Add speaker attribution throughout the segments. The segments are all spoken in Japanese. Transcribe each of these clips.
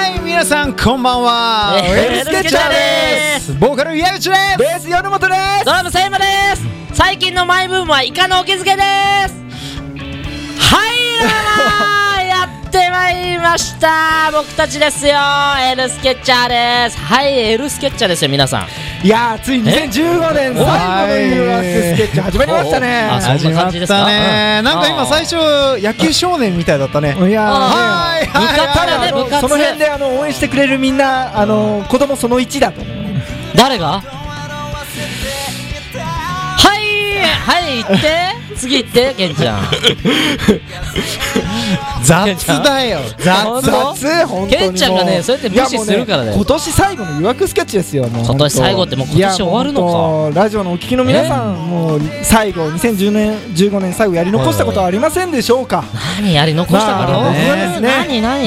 Speaker 1: こんばんは。。
Speaker 2: エルスケチャーです
Speaker 1: ボーカル矢口です。
Speaker 3: ベース夜本で
Speaker 2: ドラムセイマです最近のマイブームはイカのお気づけですはいどうもやってまいりました僕たちですよエルスケッチャーですはいエルスケッチャーですよ皆さん
Speaker 3: すいやーついに2015年最後のユーアススケッチ始まりました
Speaker 2: あ
Speaker 3: ね
Speaker 2: そんな感じですか
Speaker 1: 始まったね。
Speaker 2: うん
Speaker 1: なんか今最初野球少年みたいだったね。
Speaker 3: いやー
Speaker 2: あ
Speaker 1: はい
Speaker 2: 部活
Speaker 1: はい
Speaker 2: だね
Speaker 3: あの
Speaker 2: 部活
Speaker 3: その辺であの応援してくれるみんなあの子供その1だと
Speaker 2: 誰がはいはい行って次行ってケンちゃん
Speaker 1: 雑だよ。
Speaker 2: ほ
Speaker 1: 雑。
Speaker 2: んと
Speaker 3: 雑本当にもう
Speaker 2: ケンちゃんがねそうやって無視するからだよ
Speaker 3: いやもうね今年最後の誘惑スケッチですよもう
Speaker 2: 今年最後ってもう今年終わるのか
Speaker 3: いやもうラジオのお聞きの皆さんもう最後2010年15年最後やり残したことはありませんでしょうか
Speaker 2: 何やり残したか
Speaker 1: まあ
Speaker 2: ら
Speaker 1: ね
Speaker 3: 不安ですね
Speaker 2: 何何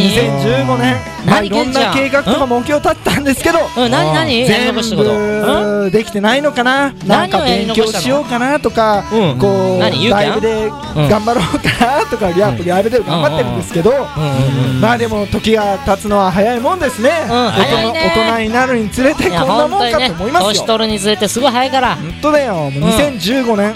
Speaker 3: 2015年まあ
Speaker 2: 何
Speaker 3: いろんな計画とか目標立ったんですけど
Speaker 2: うん何何やり
Speaker 3: 全
Speaker 2: 残したことうん
Speaker 3: 部できてないのかななんか
Speaker 2: 何をやり
Speaker 3: 勉
Speaker 2: 残
Speaker 3: 強
Speaker 2: したの
Speaker 3: しようかなとか
Speaker 2: うん
Speaker 3: こう
Speaker 2: 何ゆうきゃん
Speaker 3: ライブで頑張ろうかなとかやっぱライブで頑張ってるんですけど
Speaker 2: うん
Speaker 3: まあでも時が経つのは早いもんですね大
Speaker 2: 早い
Speaker 3: 人
Speaker 2: ね
Speaker 3: 大人になるにつれて
Speaker 2: い
Speaker 3: こ
Speaker 2: や
Speaker 3: んな
Speaker 2: 本
Speaker 3: も
Speaker 2: 当
Speaker 3: ん
Speaker 2: に
Speaker 3: か
Speaker 2: ね
Speaker 3: と思います
Speaker 2: 年
Speaker 3: よ
Speaker 2: 取るにつれてすごい早いから
Speaker 3: 本当だよもう2015年
Speaker 2: そうだ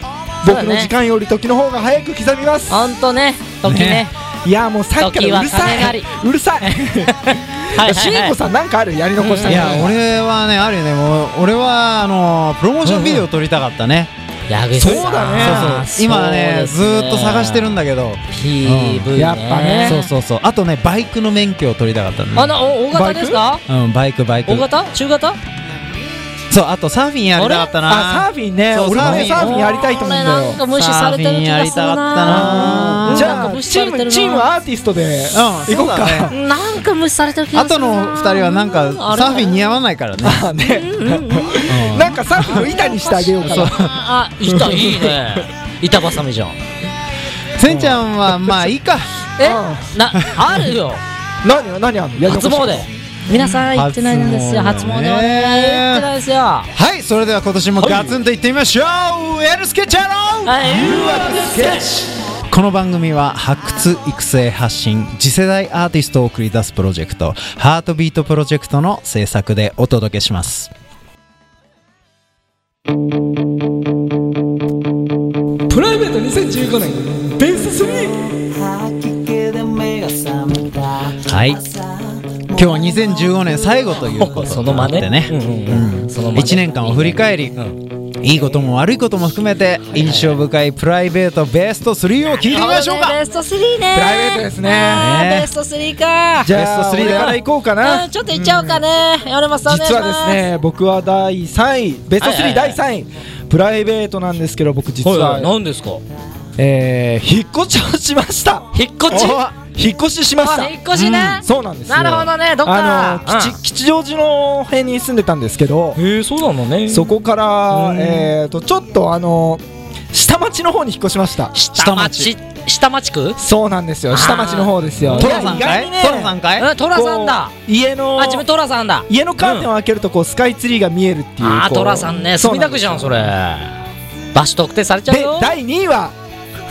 Speaker 3: 僕
Speaker 2: ね
Speaker 3: の時間より時の方が早く刻みます
Speaker 2: 本当ね時ね
Speaker 1: ね
Speaker 3: いやもうさっきからうるさ
Speaker 2: 時は金なり
Speaker 3: いうるさい
Speaker 2: はいはい
Speaker 3: しんこさんなんかあるやり残した
Speaker 1: い
Speaker 3: こ
Speaker 1: や俺はねあるよねもう俺はあのプロモーションビデオ撮りたかったね。
Speaker 2: 矢口さん
Speaker 3: そうだね
Speaker 1: そうそう。今ねずーっと探してるんだけど。
Speaker 2: PV ね
Speaker 3: やっぱね
Speaker 1: そうそうそう。あとねバイクの免許を取りたかったん
Speaker 2: あのお大型ですか
Speaker 1: うんバイクバイク
Speaker 2: 大。型中型
Speaker 1: そうあとサーフィンやりたかった
Speaker 3: あ
Speaker 1: な。
Speaker 3: サーフィンね
Speaker 1: そう
Speaker 3: 俺もね
Speaker 1: サ
Speaker 3: サ
Speaker 1: ーフ
Speaker 3: ー
Speaker 1: ィン
Speaker 3: フィンやりたいと思うんだ
Speaker 2: 俺なん
Speaker 3: よ
Speaker 2: か無視されてる気がする
Speaker 1: サーフィンやりたかった
Speaker 2: な
Speaker 1: な
Speaker 3: じゃ
Speaker 2: なんか
Speaker 3: あ
Speaker 2: 無視
Speaker 3: チ
Speaker 2: さ
Speaker 3: ー
Speaker 2: れてる
Speaker 3: ム
Speaker 2: な
Speaker 3: チームアーティストで
Speaker 1: うん
Speaker 3: 行こう
Speaker 1: そうだ
Speaker 3: か
Speaker 2: なんか無視されてる気が
Speaker 1: あ
Speaker 2: する
Speaker 1: と
Speaker 2: な
Speaker 1: の二人はなんかサーフィン似合わないからね。
Speaker 3: あねなんかサーフィンを板にしてあげようかな
Speaker 2: ああ板い いね板挟みじゃん
Speaker 1: せんちゃんはまあいいか。
Speaker 2: えなあるよ
Speaker 3: 何よ何あんのやり
Speaker 2: 初
Speaker 3: 残した
Speaker 2: 詣皆さん行ってないんですよ
Speaker 1: 初
Speaker 2: 初詣
Speaker 1: 詣
Speaker 2: は
Speaker 1: ね
Speaker 2: ね行ってないですよは
Speaker 1: はい、それでは今年もガツンといってみましょう、エルスケチャロー
Speaker 2: い
Speaker 1: この番組は発掘育成発信次世代アーティストを送り出すプロジェクトハートビートプロジェクトの制作でお届けします
Speaker 3: プライベート2015年ベース3
Speaker 1: はい今日は2015年最後ということ
Speaker 2: その
Speaker 1: な
Speaker 2: 真
Speaker 1: ん
Speaker 2: 似
Speaker 1: でね
Speaker 2: うんうんその真似
Speaker 1: 1年間を振り返り、いいことも悪いことも含めて印象深いプライベートベスト3を聞いてみましょうか
Speaker 2: ベスト3ね
Speaker 3: プライベートですね
Speaker 2: あー
Speaker 1: ね
Speaker 2: ベスト3か
Speaker 3: じ
Speaker 1: ベス
Speaker 3: ゃあ
Speaker 1: ト3だ
Speaker 3: 俺
Speaker 1: よ
Speaker 3: から行こうか
Speaker 2: う
Speaker 3: なん
Speaker 2: ちょっといっちゃおうかね米山さんお願いし
Speaker 3: 実は
Speaker 2: ま
Speaker 3: ですすね僕は第3位ベスト
Speaker 2: はい
Speaker 3: 3
Speaker 2: はいは
Speaker 3: 第
Speaker 2: い
Speaker 3: 3位プライベートなんですけど僕実は
Speaker 2: 何ですか
Speaker 3: えー引っ越しをしました
Speaker 2: 引っ越し
Speaker 3: 引っ越ししました
Speaker 2: あ引っ越しね
Speaker 3: うんそうなんですよ
Speaker 2: なるほどねどっか
Speaker 3: あの吉
Speaker 2: うん
Speaker 3: 吉祥寺の辺に住んでたんですけど
Speaker 2: へえそうなのね
Speaker 3: そこからえーとちょっとあの下町の方に引っ越しました
Speaker 2: 下町下町区
Speaker 3: そうなんですよ下町の方ですよ
Speaker 1: トラさんか
Speaker 3: 意外に
Speaker 1: い
Speaker 3: ね
Speaker 1: トラさんかい
Speaker 2: うんトラさんだ
Speaker 3: こう家の
Speaker 2: あ自分トラさんだあ
Speaker 3: 家のカーテンを開けるとこうスカイツリーが見えるっていう
Speaker 2: あー
Speaker 3: こう
Speaker 2: トラさんね
Speaker 3: そう
Speaker 2: 墨
Speaker 3: な
Speaker 2: 田
Speaker 3: ん
Speaker 2: 区
Speaker 3: です
Speaker 2: じゃんそれ場所特定されちゃう
Speaker 3: で
Speaker 2: よ
Speaker 3: 第2位は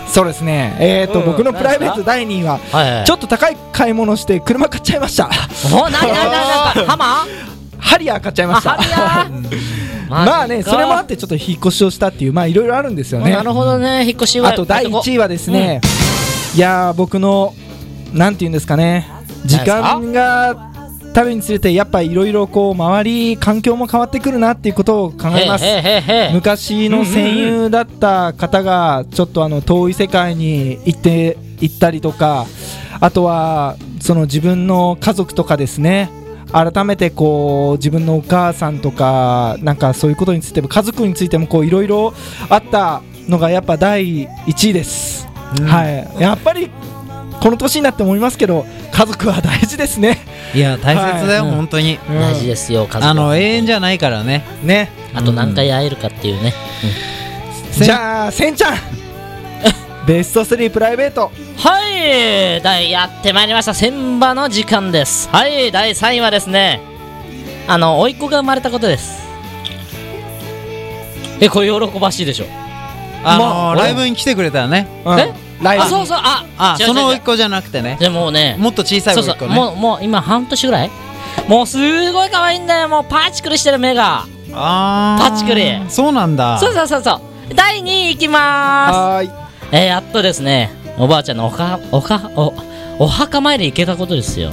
Speaker 3: そうですねえーと
Speaker 2: うん
Speaker 3: 僕のプライベー
Speaker 2: 何です
Speaker 3: ト第2位は
Speaker 2: はい
Speaker 3: ちょっと高い買い物して車買っちゃい ました
Speaker 2: おなになにな にハマー
Speaker 3: ハリアー買っちゃいま
Speaker 2: あ
Speaker 3: した
Speaker 2: ハリア
Speaker 3: まあねそれもあっ
Speaker 2: って
Speaker 3: ちょっと引っ越しをしたっていうまあいろいろあるんですよね
Speaker 2: なるほどね引っ越しは
Speaker 3: あと第1位はですね、いやー僕のなんていうんですかね時間がたるにつれてやっぱいろいろこう周り環境も変わってくるなっていうことを考
Speaker 2: へ
Speaker 3: えます
Speaker 2: へへへ
Speaker 3: 昔の戦友だった方がちょっとあの遠い世界に行って行ったりとかあとはその自分の家族とかですね改めてこう自分のお母さんとかなんかそういうことについても家族についてもこういろいろあったのがやっぱ第1位です、はいやっぱりこの年になって思いますけど家族は大事ですね、
Speaker 1: いや大切だよ、
Speaker 3: はい
Speaker 1: 本当に、
Speaker 2: 大事ですよ家族
Speaker 1: あの永遠じゃないからね
Speaker 3: ね
Speaker 2: あと何回会えるかっていうね
Speaker 1: せん
Speaker 3: じゃあせんちゃんベスト3プライベート
Speaker 2: はい第やってまいりました千場の時間ですはい第3位はですねあの甥っ子が生まれたことですえこれ喜ばしいでしょ
Speaker 1: あの、
Speaker 3: まあ
Speaker 1: ライブに来てくれたらね
Speaker 3: うん
Speaker 2: え
Speaker 3: ライブ
Speaker 2: あそうそうあ
Speaker 1: あ
Speaker 2: 違う
Speaker 1: その
Speaker 2: 違う違
Speaker 1: 甥っ子じゃなくて
Speaker 2: う
Speaker 1: ね
Speaker 2: でもね
Speaker 1: もっと小さい
Speaker 2: そ
Speaker 1: 甥
Speaker 2: う
Speaker 1: っ子
Speaker 2: そう
Speaker 1: ね
Speaker 2: もうもう今半年ぐらいもうすごい可愛いんだよもうパチクリしてる目が
Speaker 1: あー
Speaker 2: パチクリ
Speaker 1: そうなんだ
Speaker 2: そうそうそうそう第2位いきま
Speaker 3: はーい
Speaker 2: すえー、やっとですねおばあちゃんのおかおかおお墓参り行けたことですよ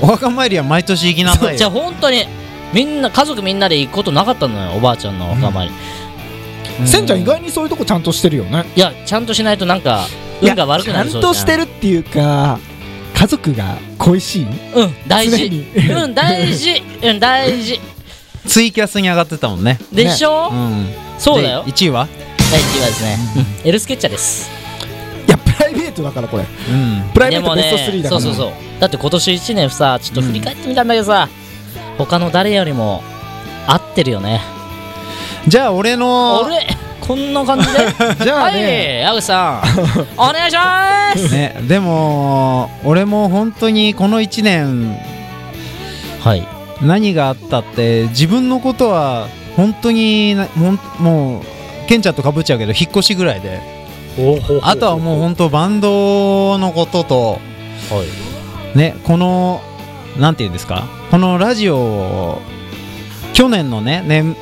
Speaker 1: お墓参りは毎年行きなさいよ
Speaker 2: じゃあ本当にみんな家族みんなで行くことなかったのよおばあちゃんのお墓参り、
Speaker 1: う
Speaker 3: せんちゃん意外にそういうとこちゃんとしてるよね
Speaker 2: いやちゃんとしないとなんか運が悪くなる
Speaker 3: ちゃ
Speaker 2: そ
Speaker 3: ん
Speaker 2: うじゃん
Speaker 3: としてるっていうか家族が恋しい
Speaker 2: うん大
Speaker 3: 常
Speaker 2: 事
Speaker 3: に
Speaker 2: うん大 事うん大事
Speaker 1: ツイキャスに上がってたもんね
Speaker 2: でしょ、
Speaker 1: うん
Speaker 2: そうだよ
Speaker 1: 1位は
Speaker 2: 第1位はですね、エルスケッチャーです
Speaker 3: いやプライベートだからこれ
Speaker 1: うん
Speaker 3: プライベ
Speaker 2: で
Speaker 3: ート
Speaker 2: も
Speaker 3: ベスト
Speaker 2: ね
Speaker 3: 3だか
Speaker 2: そ
Speaker 3: ら
Speaker 2: うそうそうだって今年1年さちょっと振り返ってみたんだけどさ、他の誰よりも合ってるよね
Speaker 1: じゃあ俺の
Speaker 2: 俺こんな感じ で
Speaker 3: じゃあ
Speaker 2: はい
Speaker 3: ね
Speaker 2: 矢口さん お願いします
Speaker 1: ね、でも俺も本当にこの1年
Speaker 2: はい
Speaker 1: 何があったって自分のことは本当になほんもうケンちゃんとかぶっちゃうけど引っ越しぐらいであとはもう本当バンドのことと、ね、このなんていうんですかこのラジオを去年のね年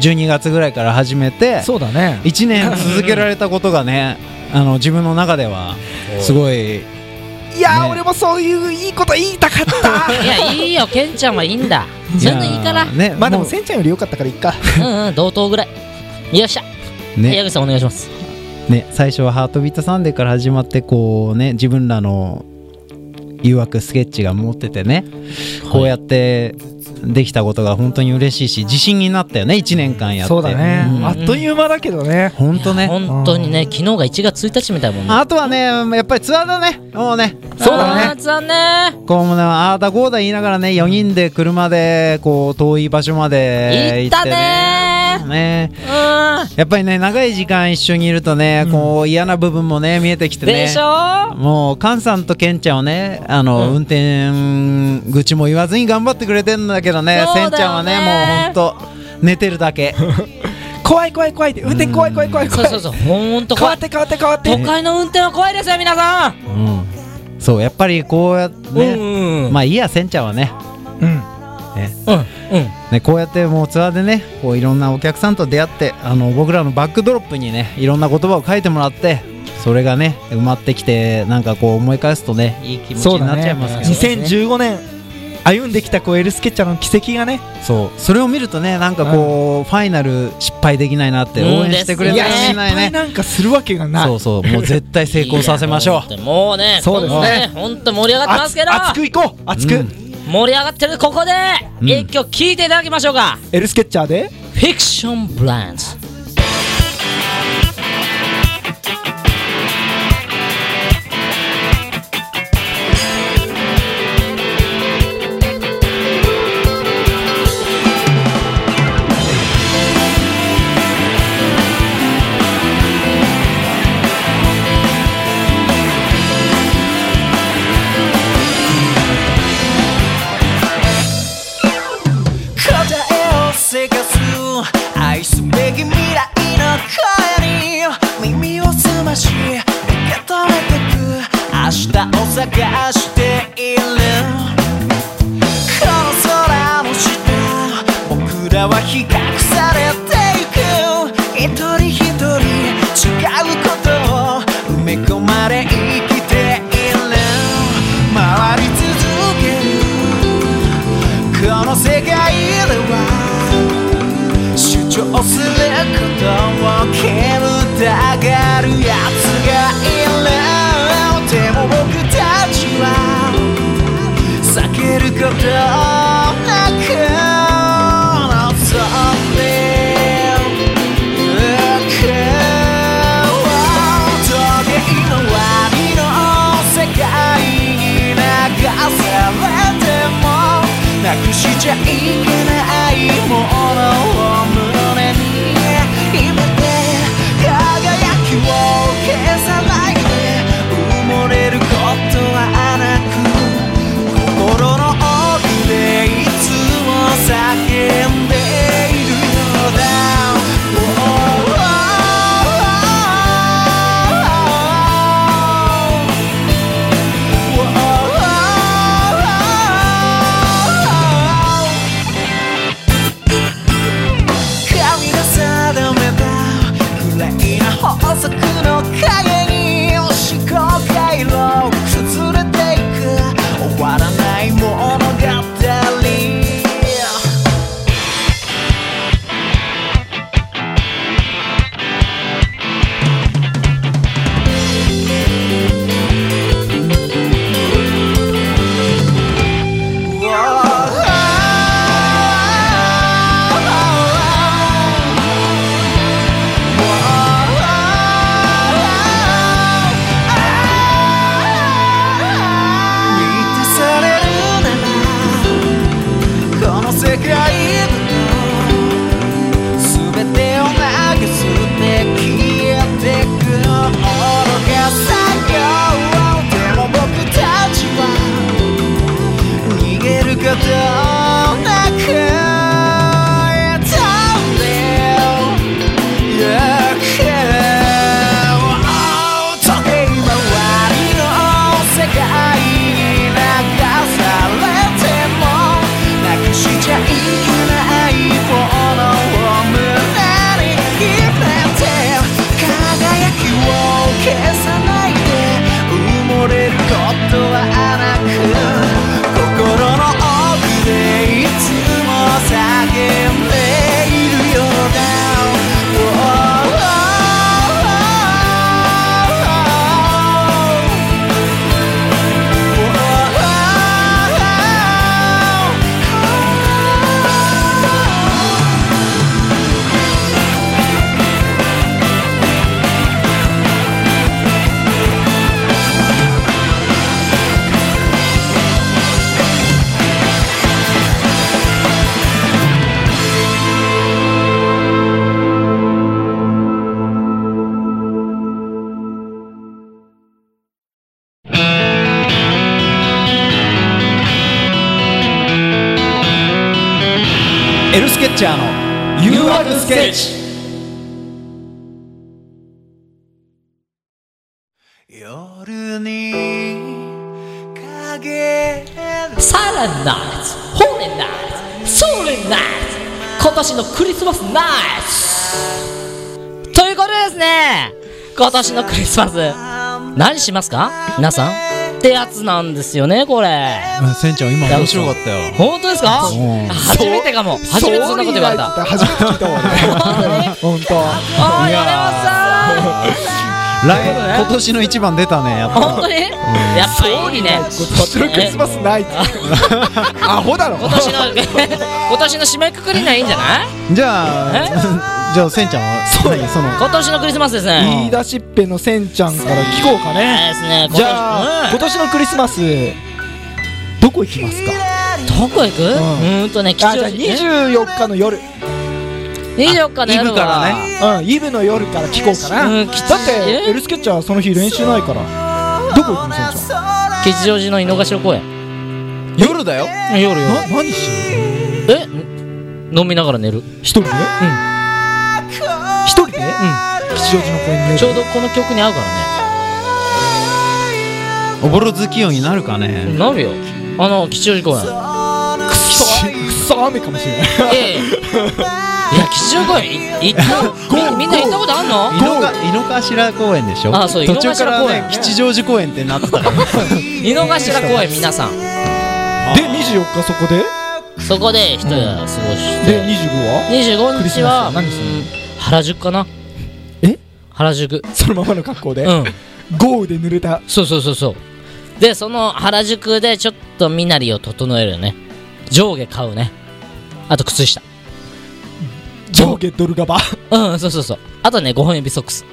Speaker 1: 12月ぐらいから始めて
Speaker 3: そうだね
Speaker 1: 1年続けられたことがねあの自分の中ではすごい
Speaker 3: いやー、
Speaker 1: ね
Speaker 3: 俺もそういういいこと言いた かった
Speaker 2: いやいいよケンちゃんはいいんだそういうのいいから
Speaker 1: やーね
Speaker 3: まあでも
Speaker 1: う
Speaker 3: せんちゃんより良かったからいっか
Speaker 2: うんうん同等ぐらいよっしゃ、矢
Speaker 1: ね
Speaker 2: 口さんお願いします
Speaker 1: ね最初は「ハートビートサンデー」から始まってこうね自分らの誘惑スケッチが持っててねこうやってできたことが本当に嬉しいし自信になったよね1年間やって
Speaker 3: そうだね、
Speaker 1: うん
Speaker 3: あっという間だけどね
Speaker 1: 本当ね
Speaker 2: 本当にね昨日が1月1日みたいなもんね
Speaker 1: あとはねやっぱりツアーだねもうね
Speaker 3: そうだね
Speaker 2: ね残念
Speaker 1: こうもねああだこうだ言いながらね4人で車でこう遠い場所まで行
Speaker 2: 行った
Speaker 1: ってね
Speaker 2: ね
Speaker 1: ね
Speaker 2: ー
Speaker 1: やっぱりね長い時間一緒にいるとね、こう嫌な部分もね見えてき
Speaker 2: う
Speaker 1: て
Speaker 2: ん
Speaker 1: ね
Speaker 2: でしょ
Speaker 1: もう菅さんとケンちゃんはねあの、運転愚痴も言わずに頑張ってくれてんだけどね
Speaker 2: そうだ
Speaker 1: せ
Speaker 2: よ
Speaker 1: ん
Speaker 2: ね
Speaker 1: ちゃんはねもうほんと寝てるだ け
Speaker 3: 怖い怖い怖いって運転怖い怖い怖い
Speaker 2: そ
Speaker 3: 怖
Speaker 2: う
Speaker 3: い
Speaker 2: そうそうほんと
Speaker 3: 変
Speaker 2: 怖
Speaker 3: わっ
Speaker 2: い
Speaker 3: て変わって変わって
Speaker 2: 都会の運転は怖いですよ皆さん
Speaker 1: うんそうやっぱりこうやってね、
Speaker 2: うんうん
Speaker 1: まあいいやせんちゃんはね
Speaker 3: う
Speaker 2: う
Speaker 3: ん
Speaker 2: んうん
Speaker 1: ねこうやってもうツアーでねこういろんなお客さんと出会ってあの僕らのバックドロップにねいろんな言葉を書いてもらってそれがね埋まってきてなんかこう思い返すとねいい気持ち
Speaker 3: そう
Speaker 1: に
Speaker 3: だ
Speaker 1: なっちゃい
Speaker 3: ね
Speaker 1: ますけどね
Speaker 3: 2015年歩んできたこうエルスケッチャーの軌跡がね
Speaker 1: そうそれを見るとねなんかこう、ファイナル失敗できないなって応援してくれ
Speaker 2: うん
Speaker 1: た
Speaker 3: い
Speaker 2: です
Speaker 1: ら
Speaker 3: や
Speaker 1: し
Speaker 3: 失
Speaker 1: いない
Speaker 3: 敗
Speaker 1: ね
Speaker 3: なんかするわけがない
Speaker 1: そうそうもう絶対成功させましょう
Speaker 2: いやもうね
Speaker 3: そうですね
Speaker 2: こんなね本当盛り上がってますけど
Speaker 3: 熱くいこう熱く、
Speaker 1: うん
Speaker 2: 盛り上がってるここで
Speaker 1: ん
Speaker 2: 一曲聴いていただきましょうか
Speaker 3: エルスケッチャーで
Speaker 2: フィクションブランズ
Speaker 4: 答えを探す愛すべき未来の声に耳を澄まし受け止めてく明日を探しているこの空の下僕らは比較されていく一人一人違うことを埋め込まれ生きている回り続けるこの世界では主張することを煙たがるやつがいるでも僕たちは避けることなく望んで時計の針の世界に流されてもなくしちゃいけないものを胸に秘めて輝きを消さないで埋もれることはなく心の奥でいつも叫んでいるのだ「
Speaker 2: ルスケッチ
Speaker 4: 夜に影
Speaker 2: サイレンナイツ、ホーレンナイツ、ソーレンナイツ、今年のクリスマスナイツということでですね、今年のクリスマス、何しますか皆さんってやつなんですよね、これ。
Speaker 1: うんせんちゃん今面白かったよ
Speaker 2: 本当ですか
Speaker 1: うん
Speaker 2: 初めてかも。初めてそんなこと言われた。
Speaker 3: 初めて聞いたわね本当
Speaker 2: ああ、やれました
Speaker 1: 来今年の一番出たねやっ
Speaker 2: 本当
Speaker 1: ぱ
Speaker 2: にやっぱいいね。
Speaker 3: それクリスマスないってアホだろ
Speaker 2: 今年の、今年の締めくくりにはいいんじゃない
Speaker 1: じゃあじゃあせんちゃんはそうその
Speaker 2: 今年のクリスマスですね。
Speaker 3: 言い出しっぺのせんちゃんから聞こうか
Speaker 2: いい
Speaker 3: ね
Speaker 2: ですね。
Speaker 3: じゃあ
Speaker 2: 今
Speaker 3: 今年のクリスマスどこ行きますか
Speaker 2: 年うんどこ行くうーんとね、吉
Speaker 3: あじゃあ
Speaker 2: 祥寺。
Speaker 3: 24日の夜
Speaker 2: 24日の
Speaker 1: イ
Speaker 2: 夜
Speaker 1: ブから
Speaker 2: は
Speaker 1: ね
Speaker 3: うんイブの夜から聞こうかな
Speaker 2: う
Speaker 3: だ
Speaker 2: ん
Speaker 3: っ
Speaker 2: 吉
Speaker 3: てエルスケッチャーその日練習ないからどこ行くのせんち
Speaker 2: 吉祥寺の井の頭公園。
Speaker 1: 夜だよ
Speaker 2: 夜
Speaker 3: ゃんな何しに
Speaker 2: え飲みながら寝る。
Speaker 3: 一人で一人で吉祥寺の公園に夜
Speaker 2: ちょうどこの曲に合うから
Speaker 1: おぼろ月夜になるかね
Speaker 2: ね。なるよ。あの、吉祥寺公園。
Speaker 3: くっそくっそ雨かもしれない
Speaker 2: ええ。いや、吉祥寺公園、い行ったみみんな行ったことあんの
Speaker 1: 井のが井の頭公園でしょ
Speaker 2: あそう
Speaker 1: 途中か
Speaker 2: 井
Speaker 1: ら
Speaker 2: の頭公園
Speaker 1: ね吉祥寺公園ってなって たから
Speaker 2: 井の頭公園、皆さん。
Speaker 3: で24日そこで
Speaker 2: そこで一夜過ごして。
Speaker 3: で25は
Speaker 2: 25日は
Speaker 3: クリスマス何するの
Speaker 2: うん原宿かな
Speaker 3: え
Speaker 2: 原宿
Speaker 3: そのままの格好で
Speaker 2: うん
Speaker 3: 豪雨で濡れた
Speaker 2: そうそうそうそうでその原宿でちょっと身なりを整えるよね上下買うねあと靴下
Speaker 3: 上下ドルガバ
Speaker 2: うんそうそうそうあとね5本指ソックス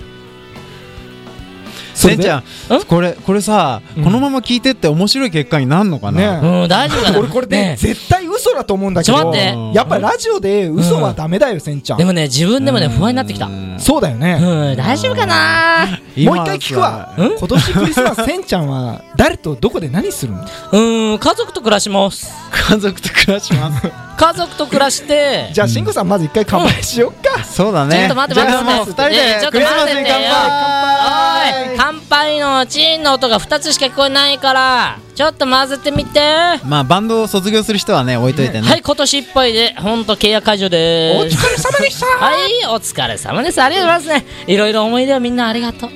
Speaker 1: せんちゃん
Speaker 2: うん
Speaker 1: これこれさ
Speaker 3: うん
Speaker 1: このまま聞いてって面白い結果になんのかな
Speaker 3: ね
Speaker 2: うん大丈夫かな
Speaker 3: 俺これね
Speaker 2: ね
Speaker 3: 絶対嘘だと思うんだけど
Speaker 2: ちょっと待
Speaker 1: って
Speaker 3: やっぱラジオで嘘はダメだよせんちゃん
Speaker 2: でもね自分でもね
Speaker 1: うん
Speaker 2: 不安になってきたうん
Speaker 3: そうだよね
Speaker 2: 大丈夫かな
Speaker 3: もう一回聞くわ
Speaker 2: うん
Speaker 3: 今年クリス マスせんちゃんは誰とどこで何するの
Speaker 2: うん家族と暮らします
Speaker 1: 家族と暮らします
Speaker 2: 家族と暮らして
Speaker 3: じゃあしんこさんまず一回乾杯しよっか
Speaker 1: そうだ
Speaker 2: ちょっ
Speaker 1: ね
Speaker 2: と待って
Speaker 1: じ
Speaker 2: 待
Speaker 1: ゃあ
Speaker 2: って
Speaker 1: もう
Speaker 2: 待
Speaker 1: 二
Speaker 2: っ
Speaker 1: 人
Speaker 2: て
Speaker 1: で
Speaker 2: ちょっと
Speaker 1: クリスマス
Speaker 2: 待って
Speaker 1: に
Speaker 2: て
Speaker 1: 乾
Speaker 2: よ
Speaker 1: 杯
Speaker 2: おい乾杯のチンの音が2つしか聞こえないからちょっと混ぜてみて
Speaker 1: まあバンドを卒業する人はね置いといて
Speaker 2: は
Speaker 1: ね
Speaker 2: い今年いっぱいで本当契約解除
Speaker 3: お疲
Speaker 2: で
Speaker 3: れ
Speaker 2: す
Speaker 3: 様でした
Speaker 2: はいお疲れ様ですありがとうございますねいろいろ思い出をみんなありがとう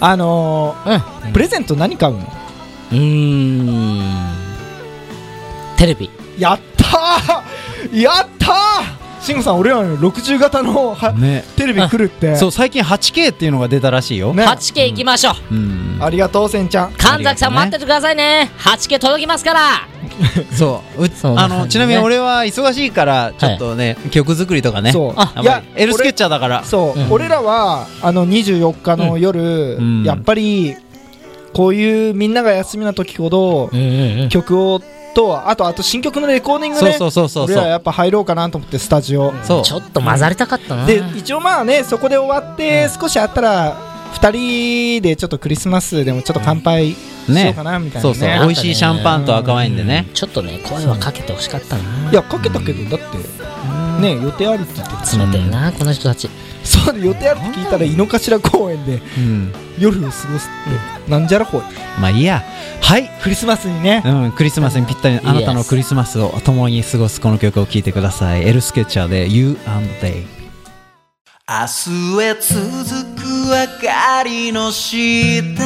Speaker 3: あの
Speaker 2: うんう
Speaker 3: ープレゼント何買うの
Speaker 2: ーんテレビ
Speaker 3: やったーやったー慎吾さん俺らの60型のは
Speaker 1: ね
Speaker 3: テレビ来るって
Speaker 1: そう最近 8K っていうのが出たらしいよ
Speaker 3: ね
Speaker 2: 8K 行きましょう
Speaker 1: うん
Speaker 3: ありがとうせんちゃん
Speaker 2: 神崎さん待っててくださいね 8K 届きますから
Speaker 1: そうう
Speaker 2: そう
Speaker 1: あ
Speaker 2: なんだ
Speaker 1: のちなみに俺は忙しいからちょっとね曲作りとかね
Speaker 3: そう
Speaker 2: あ
Speaker 1: あんまりエルスケッチャーだから
Speaker 3: 俺そう、
Speaker 2: うん
Speaker 3: 俺らはあの24日の夜、
Speaker 1: うん
Speaker 3: やっぱりこういうみんなが休みな時ほど
Speaker 2: うんうんうん
Speaker 3: 曲をとあとあと新曲のレコーディングね
Speaker 1: そうそうそうそう
Speaker 3: 俺らやっぱ入ろうかなと思ってスタジオ、
Speaker 1: そう
Speaker 2: ちょっと混ざりたかったな
Speaker 3: で一応まあねそこで終わって少しあったら2人でちょっとクリスマスでもちょっと乾杯しようかなみたいなね
Speaker 1: そうそう
Speaker 2: ね
Speaker 1: 美味しいシャンパンと赤ワインでね
Speaker 2: ちょっとね声はかけてほしかったない
Speaker 3: やかけたけどだってね予定あるって言って
Speaker 2: 冷たいなこの人たち
Speaker 3: そうで予定あるって聞いたら井の頭公園で
Speaker 1: うん
Speaker 3: 夜を過ごすってなんじゃらほい
Speaker 1: まあいいやはい
Speaker 3: クリスマスにね
Speaker 1: うん、クリスマスにぴったりなあなたのクリスマスを共に過ごすこの曲を聴いてくださいエルスケッチャーで You and They
Speaker 4: 明日へ続く明かりの下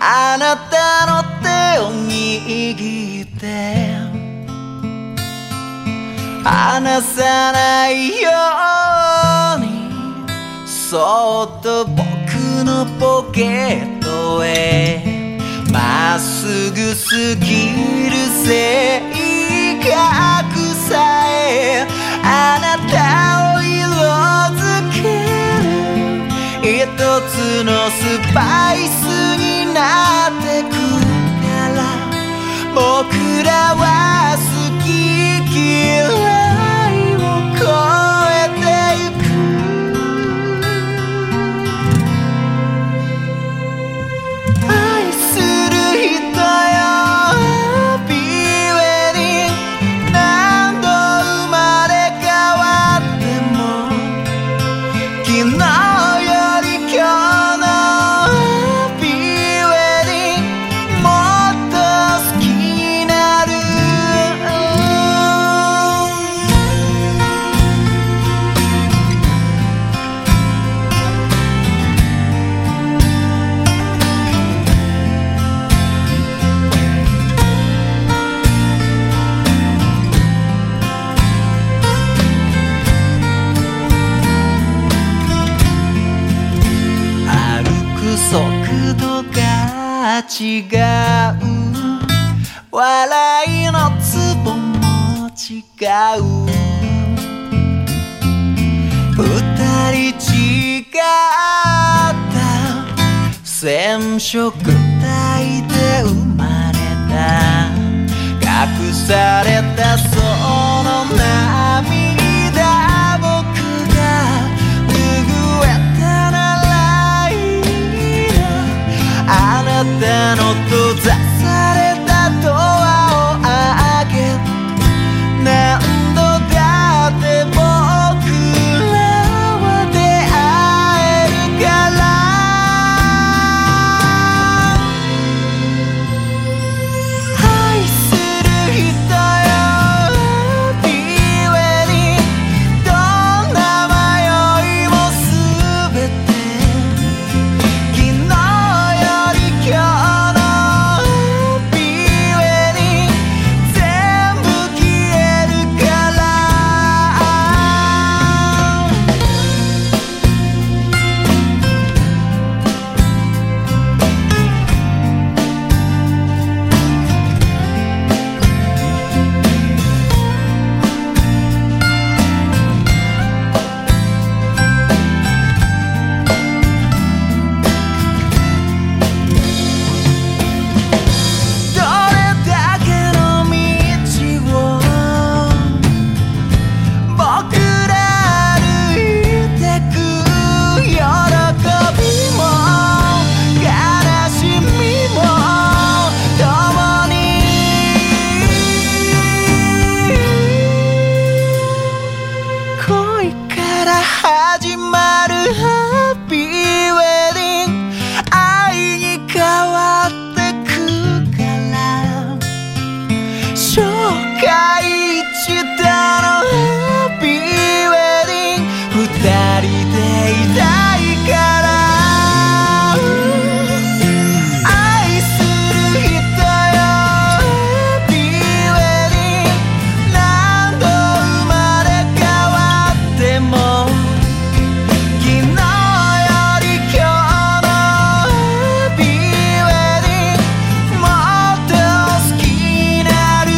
Speaker 4: あなたの手を握って離さないようにそっと僕のポケットへまっすぐすぎる性格さえあなたを色づける一つのスパイスになってくから僕らは好き嫌いを超えてゆく愛する人よビーウェに何度生まれ変わっても昨日より今日のハッピーウェディングもっと好きになる歩く速度が違う笑いのツボも違う二人違った染色体で生まれた隠されたその涙僕が拭えたならいいなあなたの閉ざされたドアを開け何度だって僕らは出会えるから愛する人よビウェリどんな迷いもすべて昨日より今日のハッピーウェディング全部消えるからどれだけの道を僕ら歩いてく喜びも悲しみも共に恋から始まるハッピーウェディング愛に変わってくから紹介したのハッピーウェディング二人でいたいから愛する人よハッピーウェディング何度生まれ変わっても昨日より今日のハッピーウェディング全部消えるもっと好きになる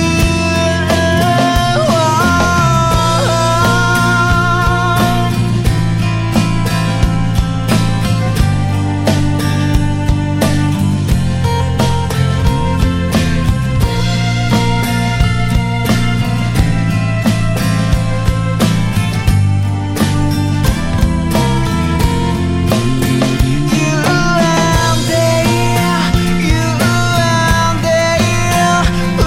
Speaker 4: 「You and they, you and they, oh, oh」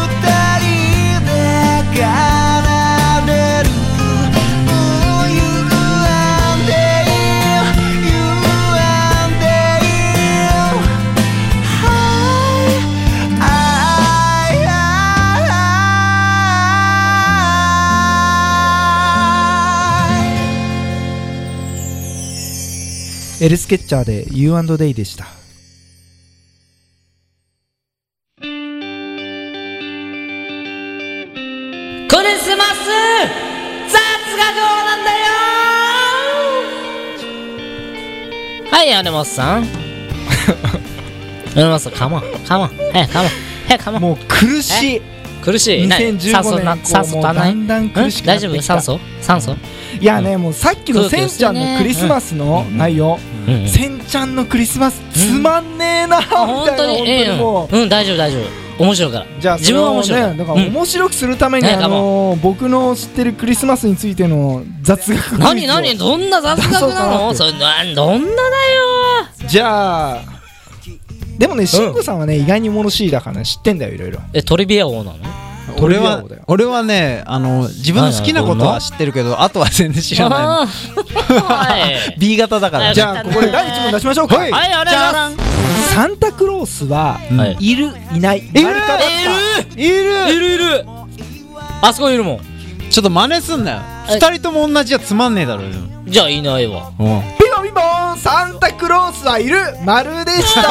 Speaker 4: 「二人で奏でる」「You and they, you and they, oh」「はいはいはい」
Speaker 3: エルスケッチャーで U&D でした
Speaker 2: クリスマス雑学王なんだよはい、アネモスさん。アネモスさん、カモン、カモン、え、カモン、え、カモン。
Speaker 3: もう苦しい
Speaker 2: 苦しい。何
Speaker 3: 2015
Speaker 2: 酸素な
Speaker 3: 年以降
Speaker 2: 酸素足らない
Speaker 3: もうだんだん苦しくな
Speaker 2: ん大
Speaker 3: ってきた
Speaker 2: 丈夫酸素酸素
Speaker 3: いやねもうさっきのせんちゃんのクリスマスの内容
Speaker 2: うん
Speaker 3: せんちゃんのクリスマスつまんねえなみたいな
Speaker 2: 本当に、
Speaker 3: 本
Speaker 2: え
Speaker 3: 当
Speaker 2: え
Speaker 3: にもう
Speaker 2: うん、うん大丈夫、大丈夫。面白いから。
Speaker 3: じゃあ
Speaker 2: 自分は面白い
Speaker 3: それ
Speaker 2: から。
Speaker 3: をねだから
Speaker 2: うん
Speaker 3: 面白くするために、
Speaker 2: ね
Speaker 3: あのー僕の知ってるクリスマスについての雑学クイズを
Speaker 2: 何何どんな雑学なの
Speaker 3: 出
Speaker 2: そ
Speaker 3: そ
Speaker 2: れなんどんなだよ
Speaker 3: じゃあでもねしんこさんはね、意外に物知りだからね知ってんだよいろいろ
Speaker 2: えトリビア王なの
Speaker 1: 俺は
Speaker 3: トリビア王だよ
Speaker 1: 俺はねあの自分の好きなことは知ってるけどあとは全然知らな
Speaker 2: あー
Speaker 1: い B 型だから
Speaker 2: はい
Speaker 3: じゃあここで第一問出しましょうか、
Speaker 2: はいはいお願いします
Speaker 3: サンタクロースは
Speaker 1: うん
Speaker 2: はい
Speaker 3: いるいないい
Speaker 1: るい
Speaker 2: いるい
Speaker 1: る
Speaker 2: るいるあそこいるもん
Speaker 1: ちょっと真似すんなよ
Speaker 2: い
Speaker 1: 二人とも同じじゃつまんねえだろうよ
Speaker 2: じゃあいないわ
Speaker 1: うん
Speaker 3: ピンポンピンポンサンタクロースはいる丸でした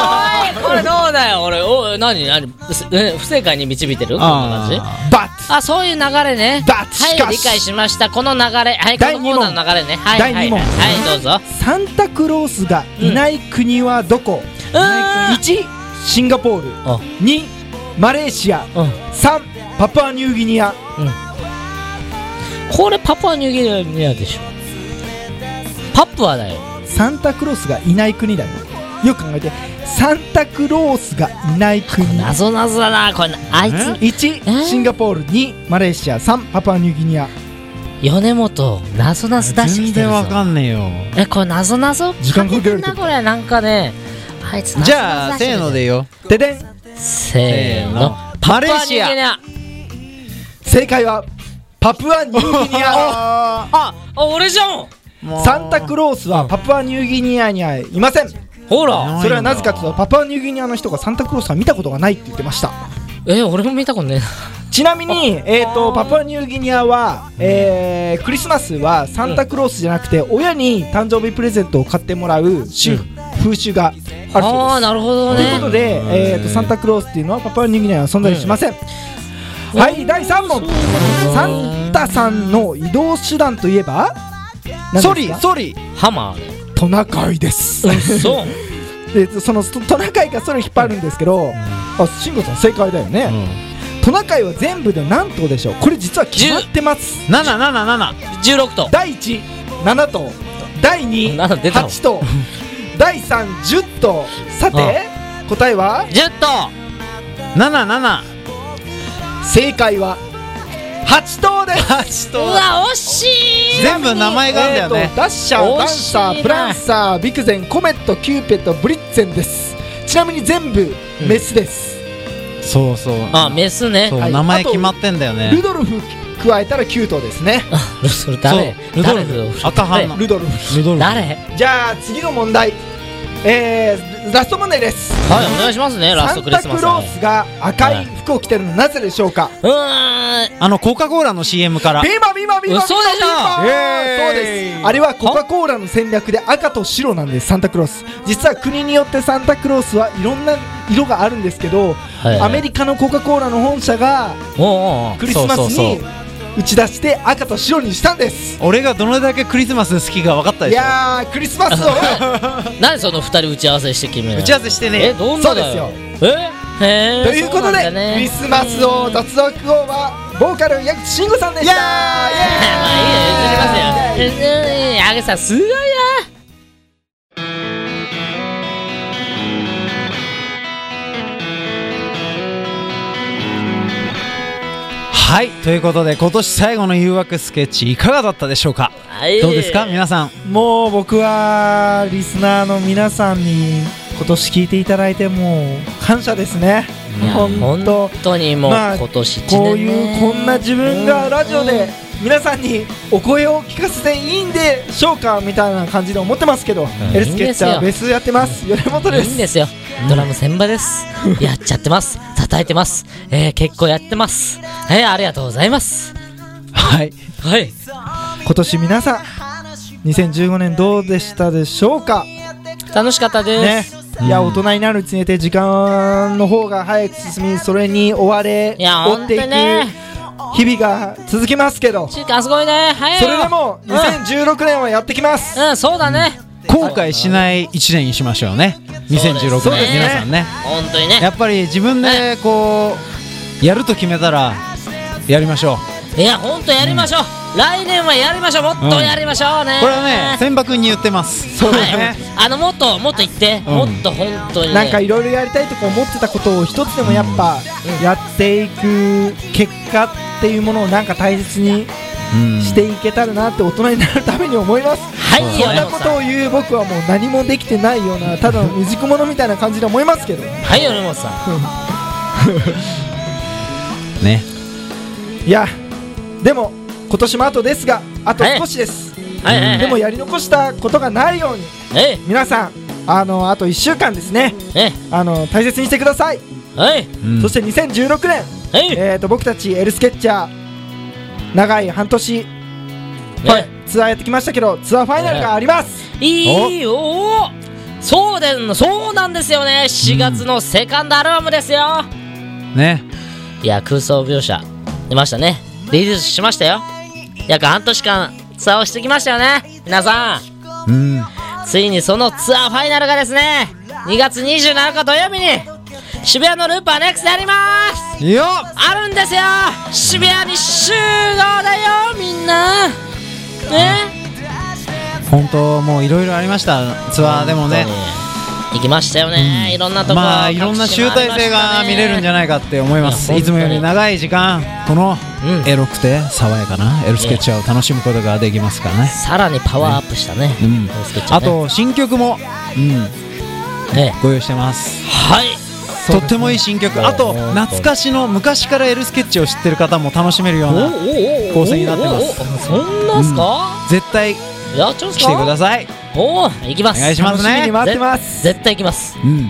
Speaker 2: おいこれどうだよ俺おい何何すえ不正解に導いてるこんな感じ
Speaker 1: あ
Speaker 3: バッ
Speaker 2: あそういう流れね
Speaker 3: だしかし
Speaker 2: はい理解しましたこの流れはいこ
Speaker 3: 第
Speaker 2: の
Speaker 3: 二問
Speaker 2: コーナーの流れねはい
Speaker 3: 第二問
Speaker 2: はいはいはいどうぞ
Speaker 3: サンタクロースがいない国はどこ、
Speaker 2: うーん
Speaker 3: 1シンガポール
Speaker 2: あ
Speaker 3: 2マレーシア
Speaker 2: うん
Speaker 3: 3パプアニューギニア
Speaker 2: これパパニューギニアでしょパップはだよ
Speaker 3: サンタクロースがいない国だよよく考えてサンタクロースがいない国
Speaker 2: 謎謎だなこれあいつ
Speaker 3: 1シンガポール2マレーシア3パプアニューギニア
Speaker 2: 米本謎謎出して
Speaker 1: 全
Speaker 2: きてる
Speaker 1: 然
Speaker 2: ぞ
Speaker 1: わかんねえよ
Speaker 2: えこれ謎謎
Speaker 3: 時間かけられて
Speaker 2: な
Speaker 3: る
Speaker 2: これなんかねあいつ謎々
Speaker 1: じゃあ
Speaker 2: 出して
Speaker 1: せ
Speaker 2: る
Speaker 1: ーのでよ
Speaker 3: ででん
Speaker 2: せー
Speaker 1: せー
Speaker 2: の
Speaker 1: の
Speaker 2: パ
Speaker 1: マ
Speaker 2: プ
Speaker 1: レー
Speaker 2: アニ
Speaker 1: シ
Speaker 2: ュ
Speaker 1: ア
Speaker 2: ーギニア
Speaker 3: 正解はパプアニューギニ ア
Speaker 2: ああ俺じゃん
Speaker 3: サンタク
Speaker 1: ロ
Speaker 3: ロースはパプアニューギニアにはいませんそ
Speaker 2: ほら
Speaker 3: れはなぜかというとパプアニューギニアの人がサンタクロースは見たことがないって言ってました
Speaker 2: え俺も見たことねえな
Speaker 3: ちなみに、えー、とパプアニューギニアは、えークリスマスはサンタクロースじゃなくて、親に誕生日プレゼントを買ってもらう習、
Speaker 2: うん
Speaker 3: 風習があるそうです。
Speaker 2: ああなるほど
Speaker 3: ということ
Speaker 2: ね
Speaker 3: で、えー、とサンタクロースっていうのはパプアニューギニアには存在しません、はい第3問サンタさんの移動手段といえば
Speaker 1: ソリソリ
Speaker 2: ハマーね
Speaker 3: トナカイです
Speaker 2: うっそ
Speaker 3: でそのトナカイがソリを引っ張るんですけど、あ慎吾さん正解だよね、トナカイは全部で何頭でしょうこれ実は決まってます
Speaker 1: 七七七
Speaker 2: 16と
Speaker 3: 第1 7頭第2
Speaker 2: なんだ出たの
Speaker 3: 8頭第310頭さて答えは
Speaker 2: 10と
Speaker 1: 七七
Speaker 3: 正解は8頭です
Speaker 1: 八
Speaker 2: う
Speaker 1: と
Speaker 2: わ惜しい
Speaker 1: 全部名前があるんだよ
Speaker 3: えー
Speaker 1: ね
Speaker 3: とダッシャ
Speaker 2: 惜しい
Speaker 3: ー
Speaker 2: な
Speaker 3: ダンサープランサービクゼンコメットキューペットブリッツェンですちなみに全部メスです、
Speaker 1: そうそう
Speaker 2: あメスね
Speaker 1: そう
Speaker 3: はい
Speaker 1: 名前決まってんだよ
Speaker 3: ル
Speaker 1: ね
Speaker 3: ドルフ加えたら9頭ですね
Speaker 2: ルそれ誰
Speaker 1: そうルドル
Speaker 2: 誰
Speaker 1: フ赤羽の
Speaker 3: ルドルフ
Speaker 1: ルドルフ
Speaker 2: 誰
Speaker 3: じゃあ次の問題えー、ラスト問題です
Speaker 2: はいお願いしますねラ
Speaker 3: サ
Speaker 2: スト
Speaker 3: ン
Speaker 2: クリ
Speaker 3: タ
Speaker 2: ス
Speaker 3: ク
Speaker 2: マス
Speaker 3: ロ
Speaker 2: は
Speaker 3: ースが赤い服を着てるのはなぜでしょうか
Speaker 2: うーん
Speaker 1: あのコカ・コーラの CM から
Speaker 3: ビーマビーマビーマビーマ
Speaker 2: 嘘でしょ
Speaker 3: そうですあれはコカ・コーラの戦略で赤と白なんですサンタクロース実は国によってサンタクロースはいろんな色があるんですけど、
Speaker 2: い
Speaker 3: アメリカのコカ・コーラの本社が
Speaker 2: おうおう
Speaker 3: クリスマス
Speaker 1: そうそう
Speaker 3: に
Speaker 1: そう
Speaker 3: 打ち出して赤と白にしたんです
Speaker 1: 俺がどれだけクリスマス好きか分かった
Speaker 3: い
Speaker 1: でしょ
Speaker 3: やークリスマスを
Speaker 2: 何その二人打ち合わせして決める
Speaker 1: 打ち合わせして
Speaker 2: え
Speaker 1: ね
Speaker 2: どんなだよえへえ
Speaker 3: ということで、クリスマスを雑談王はボーカル矢口慎吾さんでしたイエーイ
Speaker 2: まあいいよ譲りますようんうんあげさんすごいな
Speaker 1: はいということで今年最後の誘惑スケッチいかがだったでしょうか
Speaker 2: はい
Speaker 1: どうですか皆さん
Speaker 3: もう僕はリスナーの皆さんに今年聞いていただいてもう感謝ですね
Speaker 2: いや
Speaker 3: 本当
Speaker 2: 本当にもう
Speaker 3: まあ
Speaker 2: 今年一年
Speaker 3: こういうこんな自分がラジオで皆さんにお声を聞かせていいんでしょうかみたいな感じで思ってますけど、
Speaker 2: ん
Speaker 3: エルスケッチャ
Speaker 2: いいん
Speaker 3: ー
Speaker 2: で
Speaker 3: ベースやってます米本
Speaker 2: い
Speaker 3: で
Speaker 2: いん
Speaker 3: す
Speaker 2: ですよドラム千場ですやっちゃってます叩いてますえー結構やってますえーありがとうございます
Speaker 1: はい
Speaker 2: はい
Speaker 3: 今年皆さん2015年どうでしたでしょうか
Speaker 2: 楽しかったで
Speaker 3: ね
Speaker 2: す、
Speaker 3: いや大人になるにつれて時間の方が早く進みそれに追われ
Speaker 2: いや
Speaker 3: 追っていく
Speaker 2: ほんとね
Speaker 3: 日々が続きますけど
Speaker 2: 中間すごいね早い
Speaker 3: そ
Speaker 2: よ
Speaker 3: れでも
Speaker 2: うん
Speaker 3: 2016年はやってきます
Speaker 2: うんそうだね
Speaker 1: 後悔しない1年にしましょうね2016
Speaker 2: そうです
Speaker 1: 年
Speaker 2: ね
Speaker 1: 皆さんね
Speaker 2: 本当にね
Speaker 1: やっぱり自分でこうやると決めたらやりましょう
Speaker 2: いや本当やりましょう、来年はやりましょうもっとやりましょうね、
Speaker 1: これはね千葉君に言ってます
Speaker 3: そうです
Speaker 2: はい
Speaker 3: ね、
Speaker 2: あのもっともっと言って、
Speaker 1: うん
Speaker 2: もっと本当にね
Speaker 3: なんかいろいろやりたいとか思ってたことを一つでもやっぱやっていく結果っていうものをなんか大切に
Speaker 1: うん
Speaker 3: していけたらなって大人になるために思います
Speaker 2: はいよ
Speaker 3: そんなことを言う僕はもう何もできてないようなただの未熟者みたいな感じで思いますけど
Speaker 2: はいよ根本さん
Speaker 1: ね
Speaker 3: いやでも今年もあとですがあと
Speaker 2: はい
Speaker 3: 少しです、
Speaker 2: はいはいはい
Speaker 3: でもやり残したことがないように
Speaker 2: えい
Speaker 3: 皆さんあのあと1週間ですね
Speaker 2: えい
Speaker 3: あの大切にしてください、
Speaker 2: はい
Speaker 1: うん
Speaker 3: そして2016年、
Speaker 2: はい
Speaker 3: えー、と僕たちエルスケッチャー長い半年、
Speaker 2: はい
Speaker 3: ツアーやってきましたけどツアーファイナルがあります、
Speaker 2: いいおおそうでんそうなんですよね4月のセカンドアルバムですよ、
Speaker 1: ね
Speaker 2: いや空想描写出ましたねリリースしましたよ約半年間ツアーをしてきましたよね皆さん
Speaker 1: うん
Speaker 2: ついにそのツアーファイナルがですね2月27日土曜日に渋谷のループアネックスであります
Speaker 1: いいよ
Speaker 2: あるんですよ渋谷に集合だよみんなね
Speaker 1: 本当もういろいろありましたツアーでもね
Speaker 2: 本当に行きましたよね、いろんなとこ
Speaker 1: まあいろんな集大成が見れるんじゃ
Speaker 2: ない
Speaker 1: ないかって思います
Speaker 2: い
Speaker 1: い,、
Speaker 2: や
Speaker 1: つもより長い時間この
Speaker 2: うん
Speaker 1: エロくて爽やかなエロスケッチャーを楽しむことができますからね、
Speaker 2: さらにパワーアップしたね、
Speaker 1: うん
Speaker 2: 大輔ちゃんね
Speaker 1: あと新曲も、うん、
Speaker 2: ええ
Speaker 1: ご用意してます
Speaker 2: はい
Speaker 1: とってもいい新曲あと懐かしの昔からエルスケッチを知ってる方も楽しめるような
Speaker 2: おお
Speaker 1: 構成になってます
Speaker 2: おおおそんなっすか、
Speaker 1: 絶対
Speaker 2: やっちゃうんす
Speaker 1: 来
Speaker 2: か
Speaker 1: てください、
Speaker 2: おお行きます
Speaker 1: お願いしま
Speaker 3: 楽
Speaker 1: す
Speaker 3: しみに
Speaker 1: ね
Speaker 3: 待ってます
Speaker 2: 絶対行きます
Speaker 1: うん、
Speaker 2: うん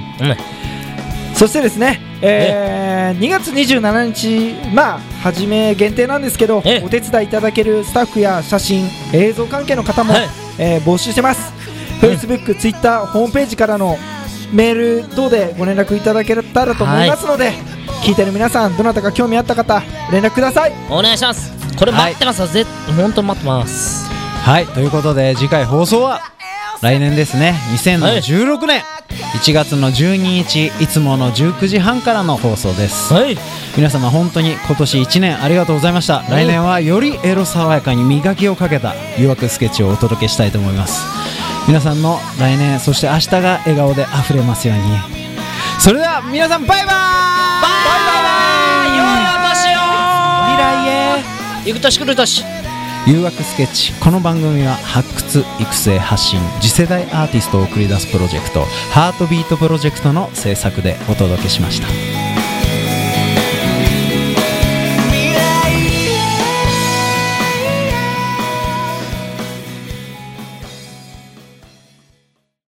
Speaker 3: そしてですね、えー2月27日、まあ、初め限定なんですけど、お
Speaker 2: ええ
Speaker 3: 手伝いいただけるスタッフや写真、映像関係の方も、
Speaker 2: はい
Speaker 3: えー募集してます、Facebook、Twitter、ホームページからのメール等でご連絡いただけたらと思いますので、聞いてる皆さん、どなたか興味あった方、連絡ください。
Speaker 2: お願いしますこれ待ってますよ、ぜ本当に待ってます
Speaker 1: はいということで次回放送は来年ですね2016年1月の12日いつもの19時半からの放送です
Speaker 2: はい
Speaker 1: 皆様本当に今年1年ありがとうございました来年はよりエロ爽やかに磨きをかけた誘惑スケッチをお届けしたいと思います皆さんの来年そして明日が笑顔で溢れますようにそれでは皆さんバイバーイバイイ未来
Speaker 2: バイバイ良いお
Speaker 1: へ
Speaker 2: 年を行く年来る年
Speaker 1: 誘惑スケッチこの番組は発掘育成発信次世代アーティストを送り出すプロジェクト「ハートビートプロジェクトの制作でお届けしました。